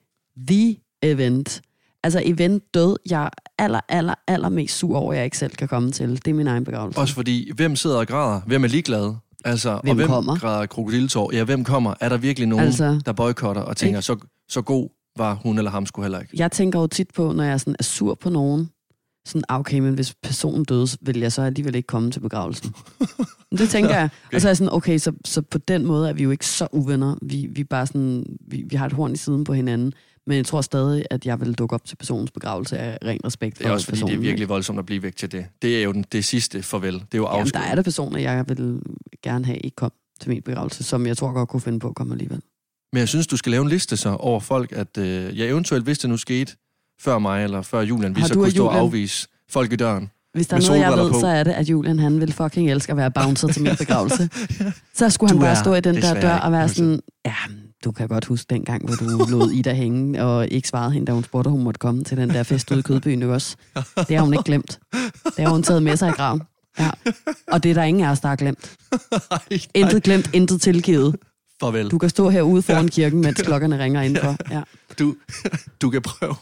Speaker 1: the event. Altså event død, jeg er aller, aller, aller mest sur over, jeg ikke selv kan komme til. Det er min egen begravelse.
Speaker 2: også fordi, hvem sidder og græder? Hvem er ligeglad? Altså,
Speaker 1: Hvem
Speaker 2: og hvem
Speaker 1: kommer?
Speaker 2: græder krokodiltår? Ja, hvem kommer? Er der virkelig nogen, altså,
Speaker 1: Altså,
Speaker 2: der boykotter og tænker, så, så god var hun eller ham skulle heller ikke?
Speaker 1: jeg tænker jo tit på, når jeg sådan er sur på nogen, sådan, ah, okay, men hvis personen døde, så vil jeg så alligevel ikke komme til begravelsen. Men det tænker jeg. Og så er jeg sådan, okay, så, så på den måde er vi jo ikke så uvenner. Vi, vi, er bare sådan, vi, vi har et horn i siden på hinanden. Men jeg tror stadig, at jeg vil dukke op til personens begravelse af ren respekt for
Speaker 2: Det er også fordi, det
Speaker 1: personen.
Speaker 2: er virkelig voldsomt at blive væk til det. Det er jo den, det sidste farvel. Det er jo
Speaker 1: Jamen,
Speaker 2: afsked.
Speaker 1: der er der personer, jeg vil gerne have ikke kom til min begravelse, som jeg tror godt kunne finde på at komme alligevel.
Speaker 2: Men jeg synes, du skal lave en liste så over folk, at øh, jeg eventuelt, hvis det nu skete før mig eller før Julian, vi
Speaker 1: Har
Speaker 2: så
Speaker 1: du
Speaker 2: kunne
Speaker 1: og
Speaker 2: stå og
Speaker 1: Julian-
Speaker 2: afvise folk i døren.
Speaker 1: Hvis der er
Speaker 2: Med
Speaker 1: noget, jeg
Speaker 2: solbriller
Speaker 1: ved,
Speaker 2: på.
Speaker 1: så er det, at Julian han vil fucking elske at være bouncer til min begravelse. Så skulle han
Speaker 2: Du
Speaker 1: bare
Speaker 2: er
Speaker 1: stå i den der
Speaker 2: desværre
Speaker 1: dør
Speaker 2: ikke
Speaker 1: og være
Speaker 2: bouncer.
Speaker 1: sådan, ja, du kan godt huske dengang, hvor du lod Ida hænge og ikke svarede hende, da hun spurgte, om hun måtte komme til den der fest ude i Kødbyen, ikke også? Det har hun ikke glemt. Det har hun taget med sig i graven. Ja. Og det er der ingen af os, der har glemt.
Speaker 2: Ej, nej,
Speaker 1: Intet glemt, intet tilgivet.
Speaker 2: farvel.
Speaker 1: Du
Speaker 2: Du,
Speaker 1: kan stå herude foran kirken, mens klokkerne ringer indenfor. Ja.
Speaker 2: du, du, kan prøve,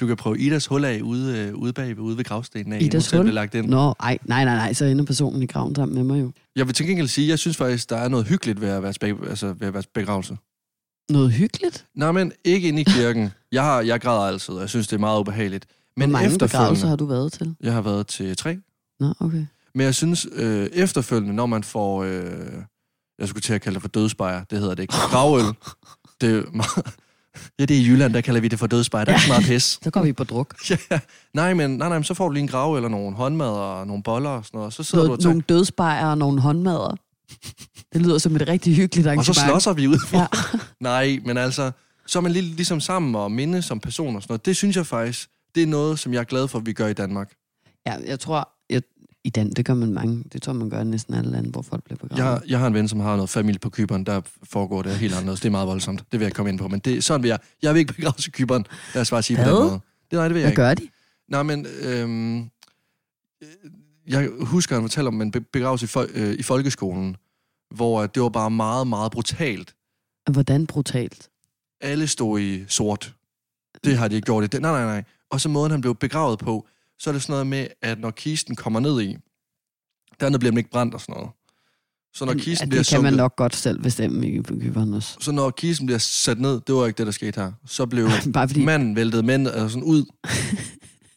Speaker 2: du kan prøve Idas hul af ude, øh, ude bag ude ved gravstenen af.
Speaker 1: Idas hul?
Speaker 2: Blev lagt ind.
Speaker 1: Nå, ej, nej, nej, nej, så ender personen i graven sammen med mig jo.
Speaker 2: Jeg vil til gengæld sige, jeg synes faktisk, der er noget hyggeligt ved at være, spæ- altså, ved at være begravelse.
Speaker 1: Noget hyggeligt?
Speaker 2: Nej, men ikke inde i kirken. Jeg, har, jeg græder altid, og jeg synes, det er meget ubehageligt.
Speaker 1: Men
Speaker 2: Men
Speaker 1: Hvor mange begravelser
Speaker 2: efterfølgende,
Speaker 1: har du været til?
Speaker 2: jeg har været til tre.
Speaker 1: Nå, okay.
Speaker 2: Men jeg synes, øh, efterfølgende, når man får... Øh, jeg skulle til at kalde det for dødsbejer. Det hedder det ikke. Gravøl. Det er meget... Ja, det er i Jylland, der kalder vi det for dødsbejer. Der er ikke så meget pis.
Speaker 1: Så går vi på druk.
Speaker 2: Ja. Nej, men nej, nej, men så får du lige en grav eller nogle håndmad og nogle boller og sådan noget. og Så sidder
Speaker 1: Noget,
Speaker 2: du og
Speaker 1: nogle dødsbejer og nogle håndmadder. Det lyder som et rigtig hyggeligt
Speaker 2: Og så
Speaker 1: arrangement.
Speaker 2: slåsser vi ud.
Speaker 1: Ja.
Speaker 2: Ja. Nej, men altså, så er man lige, ligesom sammen og minde som person og sådan noget. Det synes jeg faktisk, det er noget, som jeg er glad for, at vi gør i Danmark.
Speaker 1: ja, jeg tror, jeg, i Dan, det gør man mange. Det tror jeg, man gør i næsten alle lande, hvor folk bliver begravet.
Speaker 2: Jeg, har- jeg har en ven, som har noget familie på Kyberen, der foregår det helt anderledes. Det er meget voldsomt. Det vil jeg ikke komme ind på, men det, sådan vil jeg. Jeg vil ikke begraves i Kyberen. Lad os bare sige på
Speaker 1: Hvad?
Speaker 2: den måde. Det, nej, det vil jeg
Speaker 1: Hvad
Speaker 2: ikke.
Speaker 1: gør de?
Speaker 2: Nej, men øhm, øh, jeg husker, han fortalte om en be- begravelse i, fol- øh, i folkeskolen, hvor at det var bare meget, meget brutalt.
Speaker 1: Hvordan brutalt?
Speaker 2: Alle stod i sort. Det har de ikke gjort i den. Nej, nej, nej. Og så måden, han blev begravet på, så er det sådan noget med, at når kisten kommer ned i, dernede bliver den ikke brændt og sådan noget. Så når kisten
Speaker 1: ja,
Speaker 2: bliver
Speaker 1: det kan man
Speaker 2: sunket,
Speaker 1: nok godt selv bestemme i Kyberen også.
Speaker 2: så når kisten bliver sat ned, det var ikke det, der skete her. Så blev
Speaker 1: Bare fordi,
Speaker 2: manden væltet mænd og sådan ud.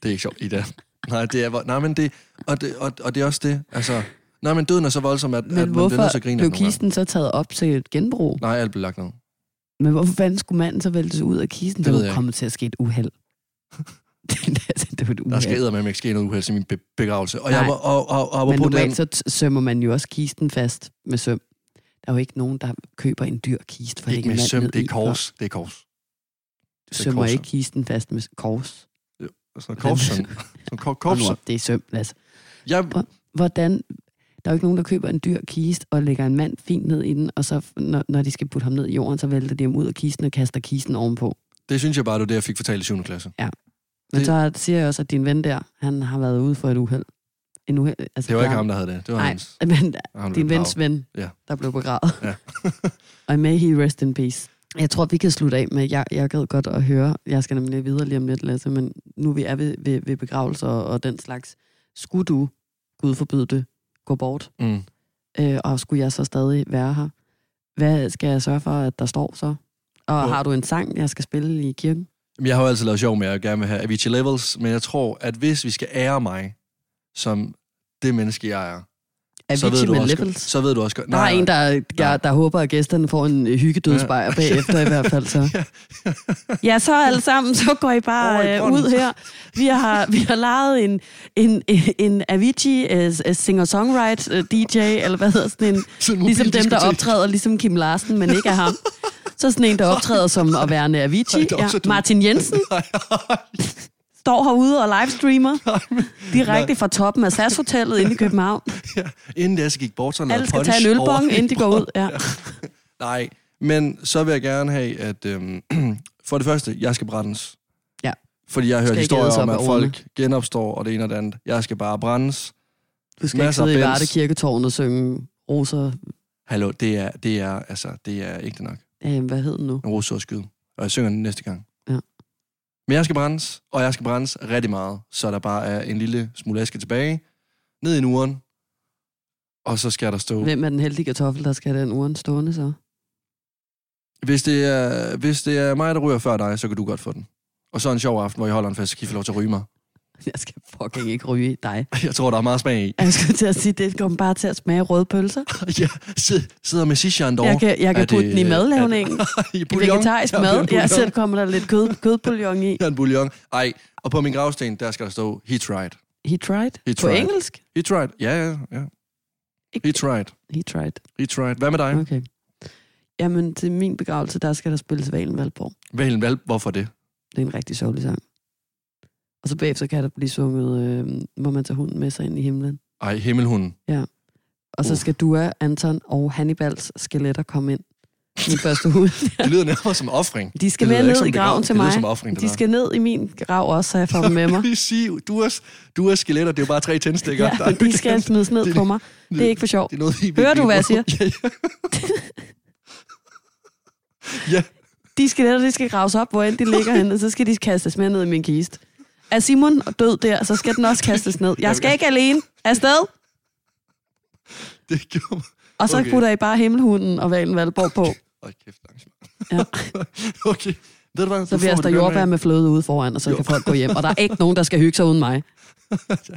Speaker 2: Det er ikke sjovt, Ida. Nej, det er, vold- nej men det, og det, og, og det er også det. Altså, nej, men døden er så voldsom, at,
Speaker 1: men
Speaker 2: at man bliver nødt til
Speaker 1: hvorfor
Speaker 2: at grine af
Speaker 1: blev
Speaker 2: den nogle
Speaker 1: kisten så taget op til et genbrug?
Speaker 2: gange. Nej, alt blev lagt ned.
Speaker 1: Men hvorfor fanden skulle manden så væltes ud af kisten? Det,
Speaker 2: ved
Speaker 1: det var
Speaker 2: jeg
Speaker 1: kommet til at ske et uheld. det, er altså, det var et
Speaker 2: Der
Speaker 1: uheld.
Speaker 2: skal eddermame ikke ske noget uheld til min be- begravelse. Og,
Speaker 1: Nej.
Speaker 2: jeg var, og, og, og, og
Speaker 1: Men
Speaker 2: på den,
Speaker 1: normalt så t- sømmer man jo også kisten fast med søm. Der er jo ikke nogen, der køber en dyr kiste for at lægge
Speaker 2: ikke med
Speaker 1: en mand
Speaker 2: søm,
Speaker 1: ned
Speaker 2: det er
Speaker 1: i,
Speaker 2: kors. Det er kors.
Speaker 1: og Sømmer
Speaker 2: korser.
Speaker 1: ikke kisten fast med s- kors.
Speaker 2: Sådan noget kors, sådan, sådan kor-
Speaker 1: Hold
Speaker 2: kors.
Speaker 1: nu op, Det er søm, altså.
Speaker 2: Jeg,
Speaker 1: Hvordan... Der er jo ikke nogen, der køber en dyr kiste og lægger en mand fint ned i den, og så f- når, når de skal putte ham ned i jorden, så vælter de ham ud af kisten og kaster kisten ovenpå.
Speaker 2: det synes jeg bare, det var det, jeg fik fortalt i 7. klasse.
Speaker 1: Men
Speaker 2: Det-
Speaker 1: så siger jeg også, at din ven der, han har været ude for et uheld. En uheld altså,
Speaker 2: Det var ikke
Speaker 1: Bjarne.
Speaker 2: ham, der havde det. Det var hans.
Speaker 1: Nej, men
Speaker 2: Ham, der
Speaker 1: din
Speaker 2: blev
Speaker 1: vens ven,
Speaker 2: Ja.
Speaker 1: der blev begravet.
Speaker 2: Ja.
Speaker 1: Og may he rest in peace. Jeg tror, vi kan slutte af med, jeg, jeg gad godt at høre, jeg skal nemlig videre lige om lidt, Lasse, men nu vi er ved, ved, ved begravelser og, og den slags, skulle du, Gud forbyde det, gå bort,
Speaker 2: begravet. Mm.
Speaker 1: øh, og skulle jeg så stadig være her, hvad skal jeg sørge for, at der står så? Og
Speaker 2: Hvor-
Speaker 1: har du en sang, jeg skal spille i kirken?
Speaker 2: Jamen, jeg har jo altid lavet sjov med, at jeg gerne vil have Avicii Levels, men jeg tror, at hvis vi skal ære mig som det menneske, jeg er, så ved,
Speaker 1: Avicii
Speaker 2: du
Speaker 1: med
Speaker 2: også,
Speaker 1: levels?
Speaker 2: så ved du også godt...
Speaker 1: Der er en, der, jeg, der håber, at gæsterne får en øh, hyggedødsbajer
Speaker 2: Ja.
Speaker 1: bagefter i hvert fald. Så. Ja, så alle sammen, så går I
Speaker 2: Over i
Speaker 1: bare øh,
Speaker 2: grunden.
Speaker 1: ud her. Vi har, vi har lejet en, en, en Avicii øh, øh, singer-songwriter øh, DJ, eller hvad hedder sådan en,
Speaker 2: Sådan en
Speaker 1: ligesom dem, der
Speaker 2: mobildiskotek.
Speaker 1: optræder, ligesom Kim Larsen, men ikke er ham. Så sådan en, der optræder som at være en Avicii.
Speaker 2: Hold da op,
Speaker 1: Ja.
Speaker 2: så du-
Speaker 1: Martin Jensen står herude og livestreamer direkte fra toppen af SAS-hotellet inde i København.
Speaker 2: ja. Inden det er, så gik bort sådan noget
Speaker 1: Alle skal
Speaker 2: punch
Speaker 1: tage en ølbong,
Speaker 2: over i
Speaker 1: inden de går ud. Ja.
Speaker 2: Nej, men så vil jeg gerne have, at øhm, for det første, jeg skal brændes.
Speaker 1: Ja.
Speaker 2: Fordi jeg har hørt
Speaker 1: ikke
Speaker 2: historier
Speaker 1: ædes op
Speaker 2: om,
Speaker 1: af
Speaker 2: at folk genopstår og det ene og det andet. Jeg skal bare brændes.
Speaker 1: Du skal ikke
Speaker 2: Masser af
Speaker 1: sidde i
Speaker 2: Benz.
Speaker 1: Varde Kirketårn og synge Rosa,
Speaker 2: Hallo, det er, det er, altså, det er ikke det nok.
Speaker 1: øh, hvad hed den nu?
Speaker 2: En rose og skyde. Og jeg synger den næste gang.
Speaker 1: Ja.
Speaker 2: Men jeg skal brændes, og jeg skal brændes rigtig meget, så der bare er en lille smule aske tilbage, ned i uren, og så skal der stå...
Speaker 1: Hvem er den heldige kartoffel, der skal have den uren stående så?
Speaker 2: Hvis det, er, hvis det er mig, der ryger før dig, så kan du godt få den. Og så en sjov aften, hvor jeg holder en fest, så kan I få lov til at ryge mig.
Speaker 1: Jeg skal fucking ikke ryge dig.
Speaker 2: Jeg tror, der er meget smag i.
Speaker 1: Jeg skulle til at sige, det kommer bare til at smage røde pølser.
Speaker 2: Jeg sid- sidder med sishan derovre.
Speaker 1: Jeg kan, jeg kan
Speaker 2: Er det-
Speaker 1: putte den i
Speaker 2: er-
Speaker 1: madlavningen.
Speaker 2: I
Speaker 1: I
Speaker 2: bouillon.
Speaker 1: vegetarisk
Speaker 2: Jeg
Speaker 1: mad.
Speaker 2: bliver
Speaker 1: Ja, så
Speaker 2: bouillon.
Speaker 1: kommer der lidt kød, kødbouillon i.
Speaker 2: Jeg er en bouillon. Ej, og på min gravsten, der skal der stå, he tried.
Speaker 1: He tried.
Speaker 2: He
Speaker 1: På
Speaker 2: tried.
Speaker 1: engelsk?
Speaker 2: He tried. Ja, ja, ja. He tried.
Speaker 1: He tried.
Speaker 2: He tried. Hvad med dig?
Speaker 1: Okay. Jamen, til min begravelse, der skal der spilles Valen Valborg.
Speaker 2: Valen Valp, hvorfor det?
Speaker 1: Det er en rigtig sørgelig sang. Og så bagefter kan der blive sunget, øh, må man tage hunden med sig ind i himlen.
Speaker 2: Ej, himmelhunden.
Speaker 1: Og så
Speaker 2: Uh.
Speaker 1: skal Dua, Anton og Hannibals skeletter komme ind. Min første hud.
Speaker 2: Det lyder nærmere som offring.
Speaker 1: De skal
Speaker 2: Det lyder
Speaker 1: med
Speaker 2: ikke
Speaker 1: ned
Speaker 2: som
Speaker 1: i graven
Speaker 2: begrav-
Speaker 1: til
Speaker 2: det lyder
Speaker 1: mig.
Speaker 2: som offring, det
Speaker 1: De
Speaker 2: der.
Speaker 1: skal ned i min grav også, så jeg får dem med mig.
Speaker 2: Lige sige, du er, du er skeletter, det er jo bare tre tændstikker.
Speaker 1: Ja,
Speaker 2: Der er
Speaker 1: men
Speaker 2: jo ikke
Speaker 1: de skal
Speaker 2: andet.
Speaker 1: smides ned
Speaker 2: Det-
Speaker 1: på mig. Det er ikke for sjovt.
Speaker 2: Det er noget, I
Speaker 1: Hører du, hvad jeg siger?
Speaker 2: Ja, ja. ja,
Speaker 1: De skeletter, de skal graves op, hvor end de ligger henne, og så skal de kastes med ned i min kiste. Er Simon død der, så skal den også kastes ned. Jeg skal ikke alene. Afsted!
Speaker 2: det gjorde mig.
Speaker 1: Og så
Speaker 2: Okay.
Speaker 1: putter I bare himmelhunden og valen Valborg på.
Speaker 2: Hold kæft, arrangement.
Speaker 1: Ja.
Speaker 2: okay. Ved du hvad,
Speaker 1: Så bliver der jordbær med fløde ude foran, og så kan folk gå hjem. Og der er ikke nogen, der skal hygge sig uden mig.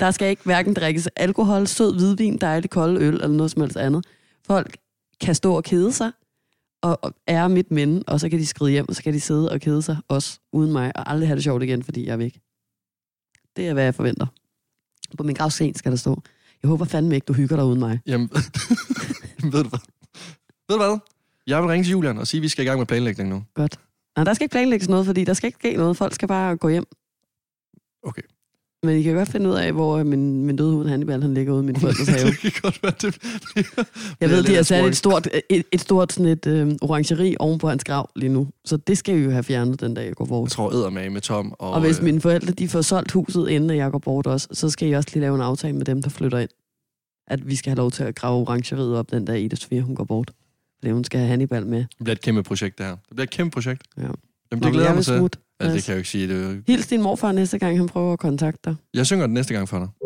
Speaker 1: Der skal ikke hverken drikkes alkohol, sød hvidvin, dejlig kold øl eller noget som helst andet. Folk kan stå og kede sig og og ære mit minde, og så kan de skride hjem, og så kan de sidde og kede sig også uden mig, og aldrig have det sjovt igen, fordi jeg er væk. Det er, hvad jeg forventer. På min gravsten skal der stå, jeg håber fandme ikke, du hygger dig uden mig.
Speaker 2: Jamen, ved du hvad? Ved du hvad? Jeg vil ringe til Julian og sige, at vi skal i gang med planlægning nu.
Speaker 1: Godt. Nej, der skal ikke planlægges noget, fordi der skal ikke ske noget. Folk skal bare gå hjem.
Speaker 2: Okay.
Speaker 1: Men I kan godt finde ud af, hvor øh, min, min døde hund Hannibal, han ligger ude i min forældres have.
Speaker 2: det kan godt være, det bliver...
Speaker 1: Jeg ved,
Speaker 2: bliver
Speaker 1: de har
Speaker 2: lidt
Speaker 1: sat
Speaker 2: af
Speaker 1: et stort, et, et stort sådan et, øh, orangeri oven på hans grav lige nu. Så det skal vi jo have fjernet den dag, jeg går
Speaker 2: Jeg
Speaker 1: bort.
Speaker 2: tror, eddermage med Tom og...
Speaker 1: Og hvis
Speaker 2: øh,
Speaker 1: mine forældre de får solgt huset, inden jeg går bort også, så skal I også lige lave en aftale med dem, der flytter ind. At vi skal have lov til at grave orangeriet op den dag, Ida Sofia, hun går bort. Fordi hun skal have Hannibal med.
Speaker 2: Det bliver et kæmpe projekt, det her. Det bliver et kæmpe projekt.
Speaker 1: Ja.
Speaker 2: Jamen,
Speaker 1: Nå,
Speaker 2: det
Speaker 1: men
Speaker 2: glæder jeg
Speaker 1: vil
Speaker 2: mig til.
Speaker 1: smutte.
Speaker 2: Altså, det
Speaker 1: Mads.
Speaker 2: kan jeg jo ikke sige. Det er jo...
Speaker 1: Hils din morfar næste gang, han prøver at kontakte dig.
Speaker 2: Jeg synger den næste gang for dig.